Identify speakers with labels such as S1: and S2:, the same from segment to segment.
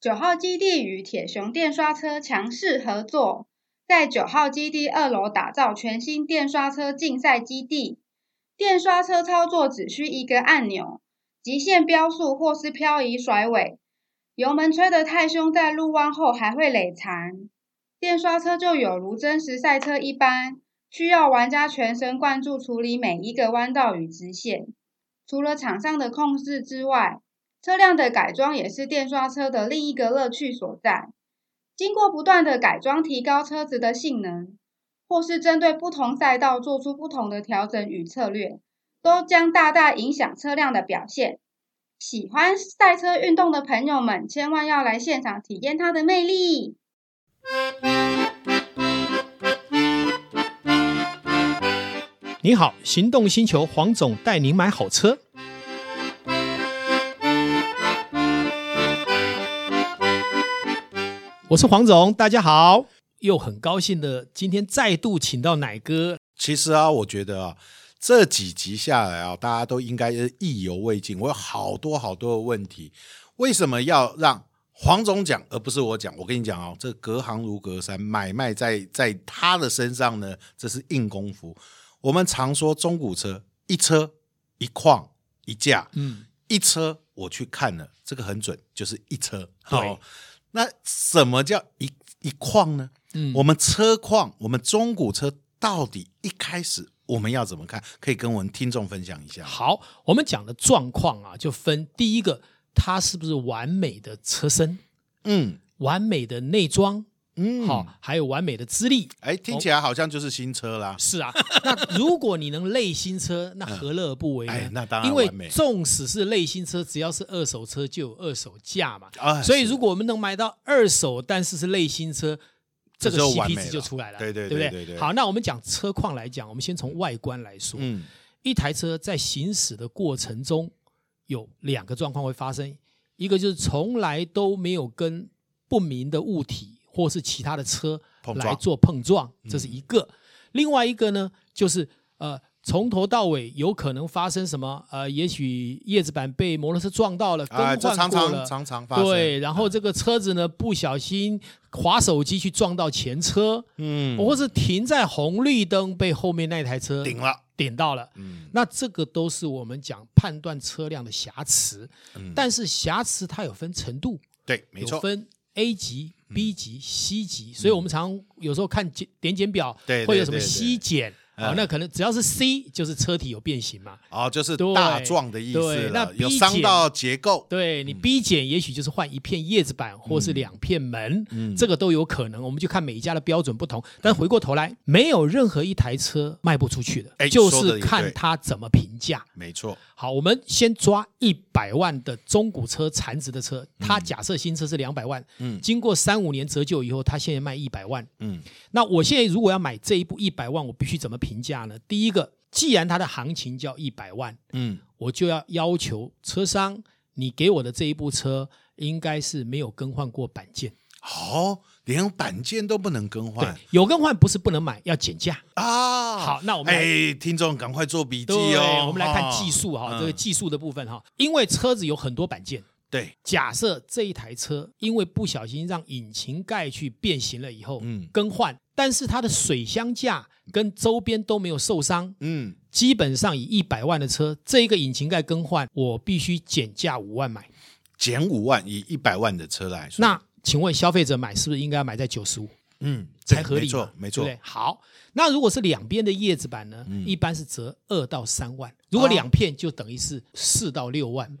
S1: 九号基地与铁熊电刷车强势合作，在九号基地二楼打造全新电刷车竞赛基地。电刷车操作只需一个按钮，极限飙速或是漂移甩尾，油门吹得太凶，在入弯后还会累残。电刷车就有如真实赛车一般，需要玩家全神贯注处理每一个弯道与直线。除了场上的控制之外，车辆的改装也是电刷车的另一个乐趣所在。经过不断的改装，提高车子的性能，或是针对不同赛道做出不同的调整与策略，都将大大影响车辆的表现。喜欢赛车运动的朋友们，千万要来现场体验它的魅力。
S2: 你好，行动星球黄总带您买好车。我是黄总，大家好，又很高兴的今天再度请到奶哥。
S3: 其实啊，我觉得啊，这几集下来啊，大家都应该是意犹未尽。我有好多好多的问题，为什么要让黄总讲而不是我讲？我跟你讲哦，这隔行如隔山，买卖在在他的身上呢，这是硬功夫。我们常说中古车一车一况一价，
S2: 嗯，
S3: 一车我去看了，这个很准，就是一车。
S2: 对
S3: 哦，那什么叫一一况呢？
S2: 嗯
S3: 我们车况，我们中古车到底一开始我们要怎么看？可以跟我们听众分享一下。
S2: 好，我们讲的状况啊，就分第一个，它是不是完美的车身、
S3: 嗯
S2: 完美的内装，
S3: 嗯，
S2: 好、，还有完美的资历。
S3: 哎，听起来好像就是新车啦。
S2: 是啊，那如果你能类新车，那何乐而不为呢？
S3: 哎那当然
S2: 因为
S3: 完美
S2: 纵使是类新车，只要是二手车就有二手价嘛。
S3: 啊，
S2: 所以
S3: 是
S2: 如果我们能买到二手，但是是类新车，这个
S3: 这就完
S2: CP
S3: 美
S2: 值就
S3: 了
S2: 出来了，
S3: 对
S2: 对
S3: 对
S2: 不
S3: 对对对
S2: 好，那我们讲车况来讲，我们先从外观来说，
S3: 嗯
S2: 一台车在行驶的过程中有两个状况会发生，一个就是从来都没有跟不明的物体或是其他的车
S3: 碰撞
S2: 来做碰撞，这是一个；另外一个呢，就是呃。从头到尾有可能发生什么？呃，也许叶子板被摩托车撞到了，更
S3: 啊，
S2: 换过
S3: 这
S2: 了，
S3: 常常常常发生。嗯
S2: 对，然后这个车子呢不小心滑手机去撞到前车，
S3: 嗯，
S2: 或是停在红绿灯被后面那台车
S3: 顶了。
S2: 顶到了。
S3: 嗯
S2: 那这个都是我们讲判断车辆的瑕疵，
S3: 嗯，
S2: 但是瑕疵它有分程度，
S3: 对，没
S2: 有
S3: 错，嗯
S2: 分 A 级、B 级、C 级，所以我们常有时候看检点检表
S3: 对对
S2: 会有什么
S3: 对对
S2: C 检啊，
S3: 嗯
S2: 那可能只要是 C 就是车体有变形嘛，
S3: 哦，就是
S2: 对
S3: 大壮的意思
S2: 对
S3: 了，
S2: 那
S3: 有
S2: B
S3: 伤
S2: 减
S3: 到结构。
S2: 对你 B 减也许就是换一片叶子板或是两片门，
S3: 嗯
S2: 这个都有可能。我们就看每一家的标准不同。但回过头来，没有任何一台车卖不出去的，
S3: 哎
S2: 就
S3: 说得
S2: 是
S3: 也
S2: 看
S3: 对
S2: 它怎么评价。
S3: 没错，
S2: 好，我们先抓一百万的中古车残值的车，它假设新车是两百万，
S3: 嗯
S2: 经过三五年折旧以后，它现在卖一百万。
S3: 嗯
S2: 那我现在如果要买这一部一百万，我必须怎么评价呢？第一个，既然它的行情叫一百万，
S3: 嗯，
S2: 我就要要求车商，你给我的这一部车应该是没有更换过板件。
S3: 哦，连板件都不能更
S2: 对
S3: 换，
S2: 有更换不是不能买，要减价。
S3: 啊！
S2: 好那我们来
S3: 哎，听众赶快做笔记
S2: 对，
S3: 哦。
S2: 我们来看
S3: 哈
S2: 技术哈，
S3: 嗯
S2: 这个技术的部分哈，因为车子有很多板件。
S3: 对，
S2: 假设这一台车因为不小心让引擎盖去变形了以后，
S3: 嗯
S2: 更换，但是它的水箱架跟周边都没有受伤，
S3: 嗯，
S2: 基本上以一百万的车，这一个引擎盖更换，我必须减价五万买。
S3: 减五万以一百万的车来说，
S2: 那请问消费者买是不是应该要买在九十五？
S3: 嗯
S2: 才合理
S3: 没错
S2: 嘛
S3: 没错
S2: 对不对。好，那如果是两边的叶子板呢，
S3: 嗯
S2: 一般是折二到三万，如果
S3: 哦
S2: 两片就等于是四到六万。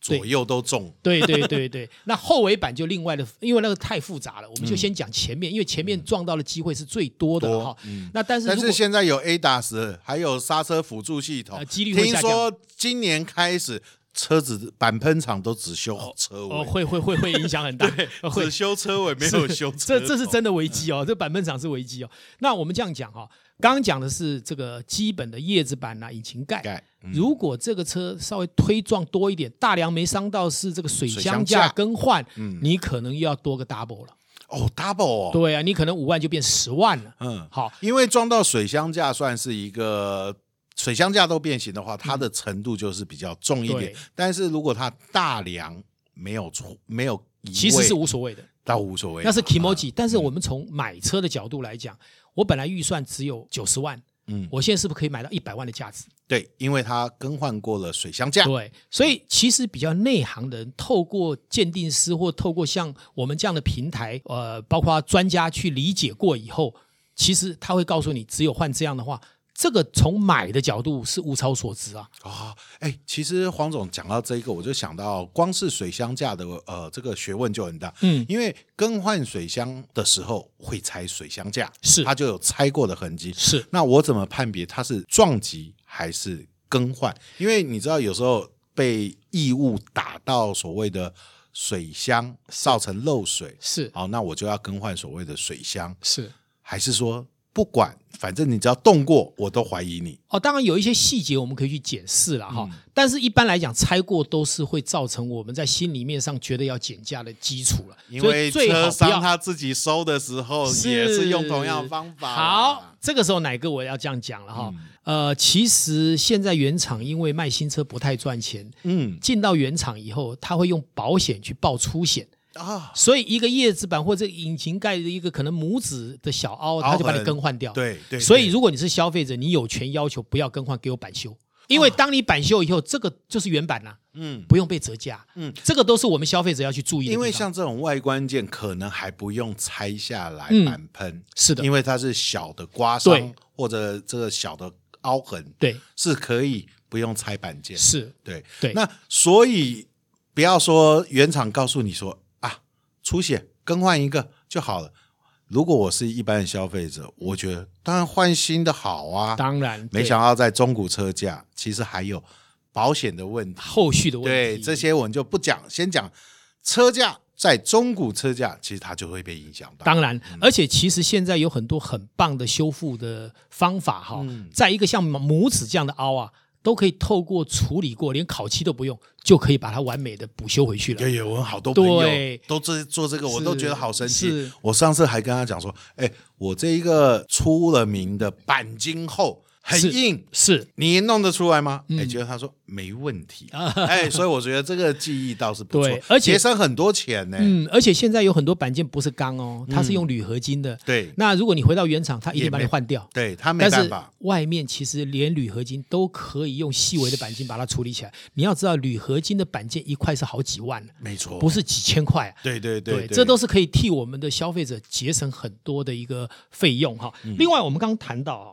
S3: 左右都中，
S2: 对对对 对，那后尾板就另外的，因为那个太复杂了，我们就先讲前面，因为前面撞到的机会是最多的
S3: 嗯多
S2: 哈
S3: 嗯。
S2: 那但是
S3: 但
S2: 如果
S3: 是现在有 ADAS，还有刹车辅助系统
S2: 呃，几率会
S3: 听
S2: 下降
S3: 说今年开始车子板喷厂都只修车
S2: 哦，
S3: 尾，
S2: 会会会会影响 很大，哦会
S3: 只修车尾没有修车嗯
S2: 这
S3: 头，
S2: 这是真的危机哦，这板本厂是危机哦。那我们这样讲哈、刚刚讲的是这个基本的叶子板呐、啊引擎盖。
S3: 盖嗯
S2: 如果这个车稍微推撞多一点，大梁没伤到，是这个水
S3: 水
S2: 箱
S3: 箱
S2: 架
S3: 架
S2: 更换，
S3: 嗯
S2: 你可能又要多个 double 了。
S3: 哦，double 哦，
S2: 对啊，你可能五万就变十万了。
S3: 嗯，
S2: 好，
S3: 因为装到水箱架算是一个水箱架都变形的话，它的程度就是比较重一
S2: 嗯
S3: 点
S2: 对。
S3: 但是如果它大梁没有错，没有移位
S2: 其实是无所谓的，
S3: 倒无所谓，
S2: 那是 k i m o
S3: 啊
S2: j i 但是我们从买车的角度来讲，我本来预算只有九十万，
S3: 嗯，
S2: 我现在是不是可以买到一百万的价值？
S3: 对，因为它更换过了水箱 架，
S2: 对，所以其实比较内行的人，透过鉴定师或透过像我们这样的平台，呃，包括专家去理解过以后，其实他会告诉你，只有换这样的话，这个从买的角度是物超所值啊。
S3: 啊，哎，其实黄总讲到这一个，我就想到光是水箱架的呃这个学问就很大，
S2: 嗯，
S3: 因为更换水箱的时候会拆水箱架，
S2: 是
S3: 它就有拆过的痕迹。
S2: 啊是
S3: 那我怎么判别它是撞击还是更换？因为你知道有时候被异物打到所谓的水箱，造成漏水，
S2: 是
S3: 好，那我就要更换所谓的水箱，
S2: 是
S3: 还是说不管，反正你只要动过，我都怀疑你。
S2: 哦，当然有一些细节我们可以去检视了哈，但是一般来讲，拆过都是会造成我们在心里面上觉得要减价的基础了，
S3: 因
S2: 所以
S3: 为
S2: 最好
S3: 车
S2: 不要
S3: 商他自己收的时候也是用同样的方法。
S2: 好，，这个时候奶哥我要这样讲了
S3: 嗯
S2: 哈。呃，其实现在原厂因为卖新车不太赚钱，
S3: 嗯
S2: 进到原厂以后，他会用保险去报出险，
S3: 啊，
S2: 所以一个叶子板或者引擎盖的一个可能拇指的小凹，他就把
S3: 凹
S2: 你
S3: 痕
S2: 更换掉。。
S3: 对对，
S2: 所以，
S3: 对
S2: 如果你是消费者，你有权要求不要更换，给我板修。因
S3: 啊
S2: 为当你板修以后，这个就是原版啦、
S3: 嗯，
S2: 不用被折价。
S3: 嗯，
S2: 这个都是我们消费者要去注意的地
S3: 因
S2: 方。
S3: 为像这种外观件可能还不用拆下来
S2: 嗯
S3: 板喷，
S2: 是的
S3: 因，为它是小的刮伤
S2: 对
S3: 或者这个小的凹痕，
S2: 对，
S3: 是可以不用拆板件。
S2: 是，
S3: 对
S2: 对
S3: 那所以不要说原厂告诉你说啊，出血更换一个就好了。如果我是一般的消费者，我觉得当然换新的好啊。
S2: 当然，
S3: 没
S2: 对
S3: 想到在中古车价，其实还有保险的问题。
S2: 后续啊的问
S3: 对
S2: 题。
S3: 这些我们就不讲，先讲车价，在中古车价，其实它就会被影响到。
S2: 当然，而且其实现在有很多很棒的修复的方法哈、
S3: 嗯
S2: 在一个像拇指这样的凹啊，都可以透过处理过，连烤漆都不用，就可以把它完美的补修回去
S3: 有
S2: 了。
S3: 有，我好多朋友
S2: 对
S3: 都这做这个，我都觉得好神奇
S2: 是。
S3: 我上次还跟他讲说，哎，我这一个出了名的钣金厚，很
S2: 是
S3: 硬。
S2: 是
S3: 你弄得出来吗？哎、
S2: 嗯
S3: 结果他说没问 题，哎，所以我觉得这个技艺倒是不错，
S2: 对而且
S3: 节省很多钱呢、
S2: 嗯，而且现在有很多板件不是钢哦，它是用铝合金的。
S3: 对
S2: 那如果你回到原厂，它一
S3: 嗯也
S2: 定把
S3: 没
S2: 你换掉。
S3: 对，他没
S2: 但
S3: 办
S2: 是
S3: 法，
S2: 外面其实连铝合金都可以用细微的板件把它处理起来。你要知道，铝合金的板件一块是好几万，
S3: 没错，
S2: 不，是几千块啊。
S3: 对对对
S2: 这都是可以替我们的消费者节省很多的一个费用哈。
S3: 嗯
S2: 另外，我们刚刚谈到啊，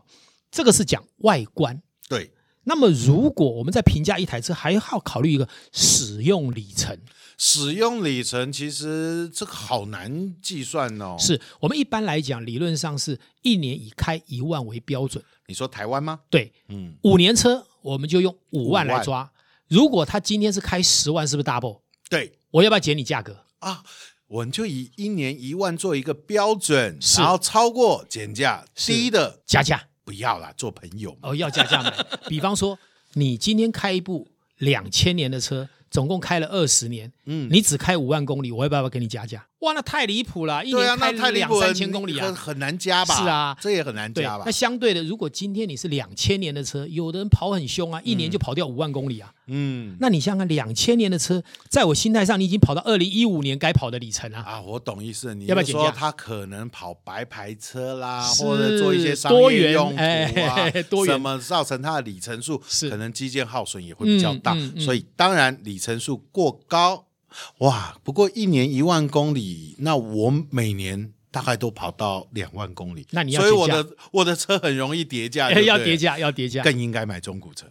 S2: 这个是讲外观。
S3: 对。
S2: 那么，如果我们在评价一台车，还要考虑一个使用里程。
S3: 哦使用里程其实这个好难计算哦。，
S2: 是我们一般来讲，理论上是一年以开一万为标准。
S3: 你说台湾吗？
S2: 对，
S3: 嗯，
S2: 五年车我们就用五万
S3: 五万
S2: 来抓。如果他今天是开十万，是不是 double？
S3: 对
S2: 我要不要减你价格？
S3: 啊，我们就以一年一万做一个标准，
S2: 是
S3: 然后超过减价，
S2: 是
S3: 低的
S2: 加价
S3: 不要啦，做朋友嘛。
S2: 哦，要加 价买。比方说，你今天开一部两千年的车，总共开了二十年，
S3: 嗯，
S2: 你只开五万公里，我要不要给你加价？哇，那太离谱了，一
S3: 对啊，
S2: 年
S3: 那
S2: 开
S3: 太离
S2: 两
S3: 谱了
S2: 三千公里
S3: 你很
S2: 啊！
S3: 很难加吧？
S2: 是啊
S3: 这也很难
S2: 对，
S3: 加吧
S2: 那？相对的，如果今天你是两千年的车，有的人跑很凶啊，一年就跑掉五万公里啊。
S3: 嗯，
S2: 那你想想，两千年的车，在我心态上，你已经跑到二零一五年该跑的里程啊。
S3: 啊，我懂意思，你
S2: 要不要减
S3: 就说
S2: 价
S3: 他可能跑白牌车啦，
S2: 是
S3: 或者做一些商
S2: 多
S3: 业
S2: 元
S3: 用途啊
S2: 哎，多元
S3: 什么造成它的里程数
S2: 是
S3: 可能基建耗损也会比较大，
S2: 嗯嗯嗯
S3: 所以当然里程数过高，哇，不过一年一万公里，那我每年。大概都跑到两万公里，
S2: 那你要
S3: 所以我
S2: 减价哎
S3: 的我的车很容易叠价，啊对不
S2: 要
S3: 对
S2: 叠，价，要叠价。
S3: 更应该买中古车。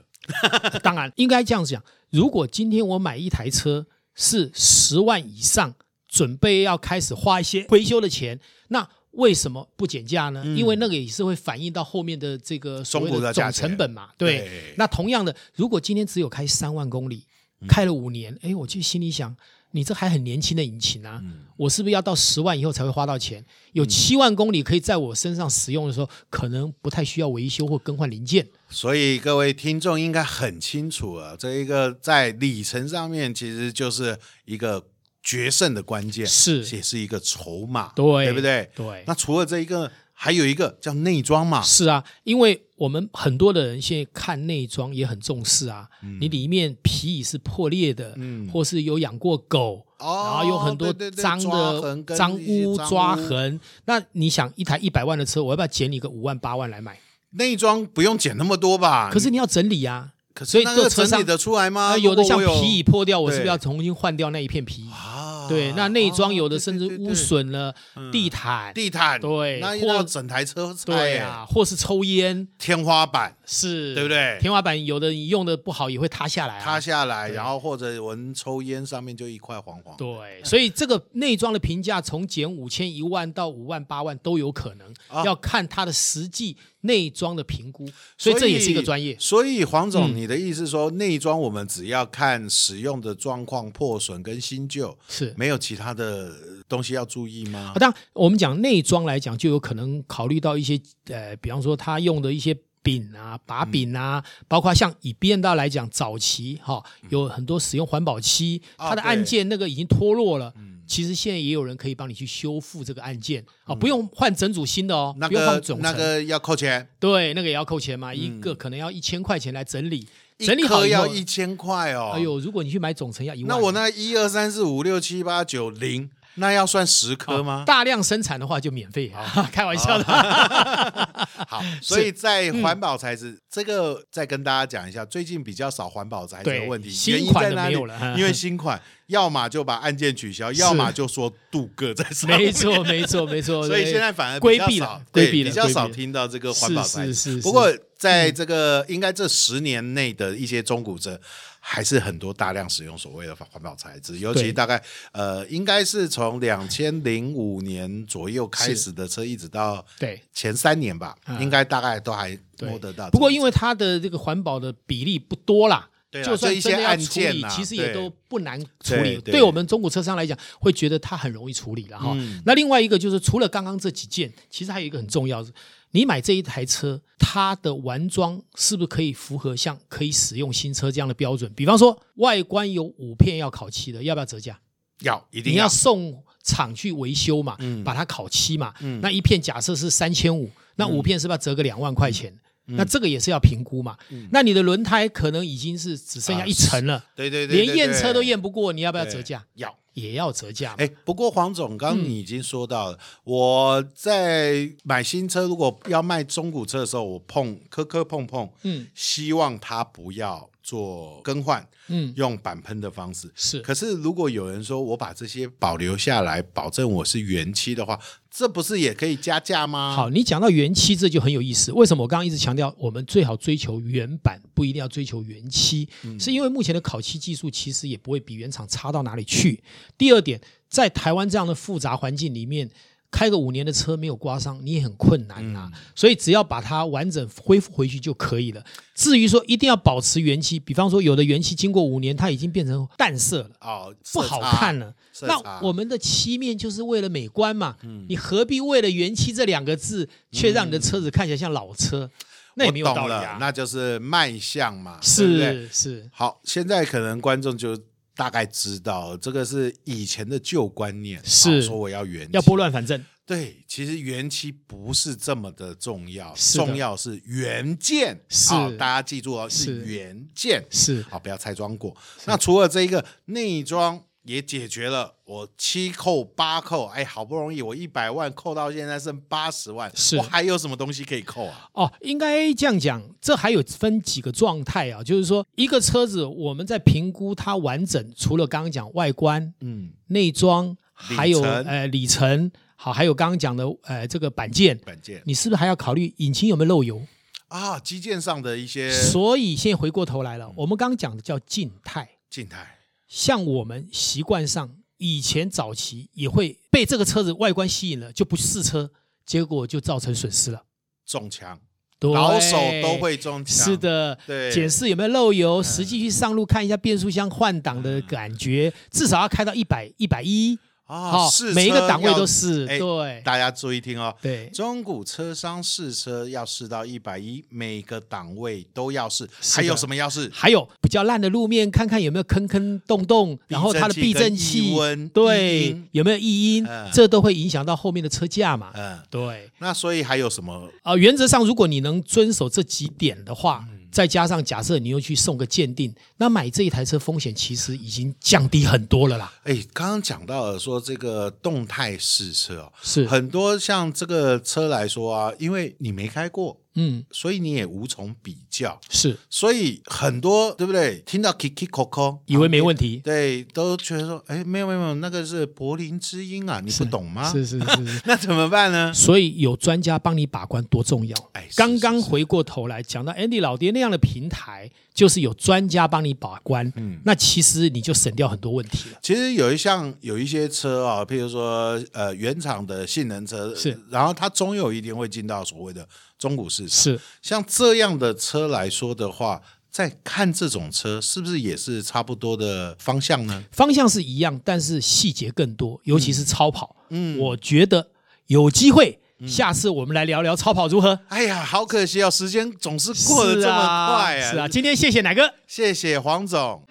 S2: 当然，应该这样讲。如果今天我买一台车是十万以上，准备要开始花一些维修的钱，那为什么不减价呢？因为那个也是会反映到后面的这个所谓
S3: 嗯中古的
S2: 的
S3: 价
S2: 总
S3: 钱
S2: 成本嘛。对。
S3: 对嗯
S2: 那同样的，如果今天只有开三万公里，开了五年，哎，我就心里想，你这还很年轻的引擎啊。
S3: 嗯
S2: 我是不是要到十万以后才会花到钱？有七万公里可以在我身上使用的时候，可能不太需要维修或更换零件。
S3: 所以各位听众应该很清楚了，这一个在里程上面其实就是一个决胜的关键，
S2: 是
S3: 也是一个筹码，
S2: 对
S3: 不对？
S2: 对
S3: 那除了这一个，还有一个叫内装嘛，
S2: 是啊，因为我们很多的人现在看内装也很重视啊，你里面皮椅是破裂的，
S3: 嗯
S2: 或是有养过狗，
S3: 哦
S2: 然后有很多
S3: 对对对
S2: 脏
S3: 抓痕
S2: 的
S3: 跟
S2: 脏
S3: 一些
S2: 污
S3: 脏污
S2: 抓痕。那你想一台一百万的车，我要不要减你个五万八万来买？
S3: 内装不用剪那么多吧？
S2: 可是你要整理啊，
S3: 可
S2: 所以
S3: 那
S2: 就
S3: 个
S2: 车
S3: 整理
S2: 上
S3: 得出来吗？
S2: 那有的
S3: 啊如
S2: 像
S3: 果我有
S2: 皮椅破掉，我是不是
S3: 对
S2: 要重新换掉那一片皮椅？
S3: 啊，
S2: 对，那内装
S3: 哦
S2: 有的
S3: 对
S2: 甚
S3: 对
S2: 至
S3: 对
S2: 污
S3: 对嗯
S2: 损了地毯，
S3: 地毯，
S2: 对
S3: 那
S2: 或
S3: 要整台车拆
S2: 对
S3: 耶
S2: 啊，或是抽烟，
S3: 天花板
S2: 是，
S3: 对不对
S2: 天花板有的你用的不好也会塌下来、啊，
S3: 塌下来，
S2: 对
S3: 然后或者我们抽烟上面就一块黄黄，
S2: 对，所以这个内装的评价从减五千、一万到五万、八万都有可能，
S3: 啊
S2: 要看它的实际内装的评估，所以这也是一个专业。
S3: 所以黄总，
S2: 嗯
S3: 你的意思说内装我们只要看使用的状况、破损跟新旧，
S2: 是，
S3: 没有其他的东西要注意吗
S2: 啊，？当然我们讲内装来讲，就有可能考虑到一些呃，比方说它用的一些。柄啊，把柄啊，
S3: 嗯
S2: 包括像以 B N 大来讲，早期哈、有很多使用环保漆，
S3: 啊
S2: 它的
S3: 对
S2: 按键那个已经脱落了，
S3: 嗯
S2: 其实现在也有人可以帮你去修复这个按键啊、不用换整组新的哦，
S3: 那
S2: 不用换
S3: 个
S2: 总成。
S3: 那个要扣钱，
S2: 对，那个也要扣钱嘛，一个可能要一千块钱来整理，
S3: 嗯一
S2: 整理好
S3: 颗
S2: 以后
S3: 要，一千块哦。
S2: 哎呦，如果你去买总成要一万，啊
S3: 那我那一二三四五六七八九零，那要算十颗吗？
S2: 哦
S3: 哦
S2: 大量生产的话就免费， 开玩笑的。
S3: 好，所以在
S2: 嗯
S3: 环保材质、这个，再跟大家讲一下，最近比较少环保材质的
S2: 对
S3: 问题，
S2: 新
S3: 原因在
S2: 款的
S3: 哪
S2: 没
S3: 里
S2: 有 了嗯
S3: 因为新款要么就把按键取消，要么就说镀铬在 上面。
S2: 没错，没错，没错。
S3: 所以
S2: 对
S3: 现在反而
S2: 规
S3: 比较
S2: 避
S3: 少
S2: 了，
S3: 对
S2: 规避了
S3: 比较少
S2: 规避了
S3: 听到这个环保材
S2: 是
S3: 质。
S2: 是是。
S3: 不过，在这个应该这十年内的一些中古车，还是很多大量使用所谓的环保材质，尤其
S2: 对
S3: 大概呃，应该是从两千零五年左右开始的车，一直到
S2: 对
S3: 前三年吧，
S2: 啊
S3: 应该大概都还
S2: 对
S3: 摸得到。
S2: 不过因为它的这个环保的比例不多啦。
S3: 对啦啊
S2: 就算
S3: 就一些
S2: 真的要
S3: 按
S2: 处
S3: 键
S2: 理，
S3: 啦
S2: 其实也
S3: 对
S2: 都不难处
S3: 对
S2: 理。
S3: 对
S2: 对我们中古车商来讲，会觉得它很容易处理了哈
S3: 嗯。
S2: 那另外一个就是，除了刚刚这几件，其实还有一个很重要的，你买这一台车，它的完装是不是可以符合像可以使用新车这样的标准？比方说，外观有五片要烤漆的，要不要折价？
S3: 要嗯一定
S2: 你要送厂去维修嘛，把它烤漆嘛，
S3: 嗯
S2: 那一片假设是三千五，那五片是不是要折个两万块钱？
S3: 嗯
S2: 那这个也是要评估嘛。那你的轮胎可能已经是只剩下一层了，
S3: 对啊对对对
S2: 连验车都
S3: 对
S2: 验不过，你要不要
S3: 对
S2: 折价？
S3: 要。
S2: 也要嗯折价嘛。
S3: 哎，不过黄总，刚刚你已经说到了，我在买新车，如果要卖中古车的时候，我碰磕磕碰碰，
S2: 嗯
S3: 希望他不要做更换，
S2: 嗯，
S3: 用板喷的方式。
S2: 是
S3: 可是如果有人说我把这些保留下来，保证我是原漆的话，这不是也可以加价吗？
S2: 好，你讲到原漆，这就很有意思。为什么我刚刚一直强调，我们最好追求原版，不一定要追求原漆？
S3: 嗯
S2: 是因为目前的烤漆技术其实也不会比原厂差到哪里去。第二点，在台湾这样的复杂环境里面。开个五年的车没有刮伤，你也很困难啊，
S3: 嗯
S2: 所以只要把它完整恢复回去就可以了。至于说一定要保持原漆，比方说有的原漆经过五年，它已经变成淡色了，
S3: 哦，
S2: 不好看
S3: 了。
S2: 了。
S3: 色差嗯
S2: 那我们的漆面就是为了美观嘛，你何必为了“原漆”这两个字，却让你的车子看起来像老车？那也没有
S3: 嗯我
S2: 道
S3: 懂
S2: 理
S3: 了，
S2: 啊。
S3: 那就是卖相嘛，对不对
S2: 是是，
S3: 好，现在可能观众就大概知道，这个是以前的旧观念，
S2: 是
S3: 好说我要原漆
S2: 要拨。乱反正，
S3: 对，其实原漆不是这么的重要，
S2: 是的
S3: 重要是原件。
S2: 是
S3: 好大家记住哦，是
S2: 是
S3: 原件。
S2: 是
S3: 好，不要拆装过。那除了这一个内装也解决了，我七扣八扣，哎，好不容易我一百万扣到现在剩八十万，
S2: 是
S3: 我还有什么东西可以扣啊？
S2: 哦，应该这样讲，这还有分几个状态啊，就是说一个车子我们在评估它完整，除了刚刚讲外观、
S3: 嗯，
S2: 内装，
S3: 里
S2: 还有
S3: 程
S2: 呃里程，好，还有刚刚讲的呃这个板件，
S3: 本件
S2: 你是不是还要考虑引擎有没有漏油？
S3: 啊，基建上的一些
S2: 所以现在回过头来了，我们刚刚讲的叫静态，
S3: 静态，
S2: 像我们习惯上以前早期也会被这个车子外观吸引了，就不试车，结果就造成损失了。
S3: 中枪。
S2: 对
S3: 老手都。会中枪。
S2: 是，的，
S3: 对嗯
S2: 检视有没有漏油，实际去上路看一下变速箱换挡的感觉，至少要开到一百一百一
S3: 啊，嗯试车
S2: 每一个档位
S3: 要
S2: 都是
S3: 哎
S2: 对
S3: 大家注意听哦。
S2: 对
S3: 中古车商试车要试到一百一，每个档位都要试，
S2: 是
S3: 还有
S2: 的
S3: 什么要试？
S2: 还有比较烂的路面，看看有没有坑坑洞洞，然后它的避震
S3: 避
S2: 器
S3: 震器跟异温异
S2: 对
S3: 音
S2: 有没有异音
S3: 嗯，
S2: 这都会影响到后面的车价嘛。
S3: 嗯，
S2: 对，
S3: 那所以还有什么？
S2: 呃，原则上如果你能遵守这几点的话，
S3: 嗯
S2: 再加上假设你又去送个鉴定，那买这一台车风险其实已经降低很多 了啦。
S3: 哎，刚刚讲到了说这个动态试车哦，
S2: 是，
S3: 很多像这个车来说啊，因为你没开过，
S2: 嗯，
S3: 所以你也无从比较，
S2: 是，
S3: 所以很多对不对？听到 kiki coco，
S2: 以为没问题。
S3: 对，都觉得说，哎，没有没有没有，那个是柏林之音啊，你不懂吗？
S2: 是是是 是。
S3: 那怎么办呢？
S2: 所以有专家帮你把关多重要。
S3: 哎是
S2: 刚
S3: 是
S2: 刚
S3: 是
S2: 回过头来讲到 Andy 老爹那样的平台，就是有专家帮你把关，
S3: 嗯
S2: 那其实你就省掉很多问题了。
S3: 其实有一项有一些车啊，譬如说呃原厂的性能车
S2: 是，
S3: 然后它终有一天会进到所谓的中古市场。
S2: 是
S3: 像这样的车来说的话，在看这种车是不是也是差不多的方向呢？
S2: 方向是一样，但是细节更多，尤其是超跑。
S3: 嗯
S2: 我觉得有机会，下次我们来聊聊超跑如何。啊
S3: 哎呀，好可惜哦，时间总是过得这么快
S2: 是啊，是啊今天谢谢奶哥。
S3: 谢谢黄总。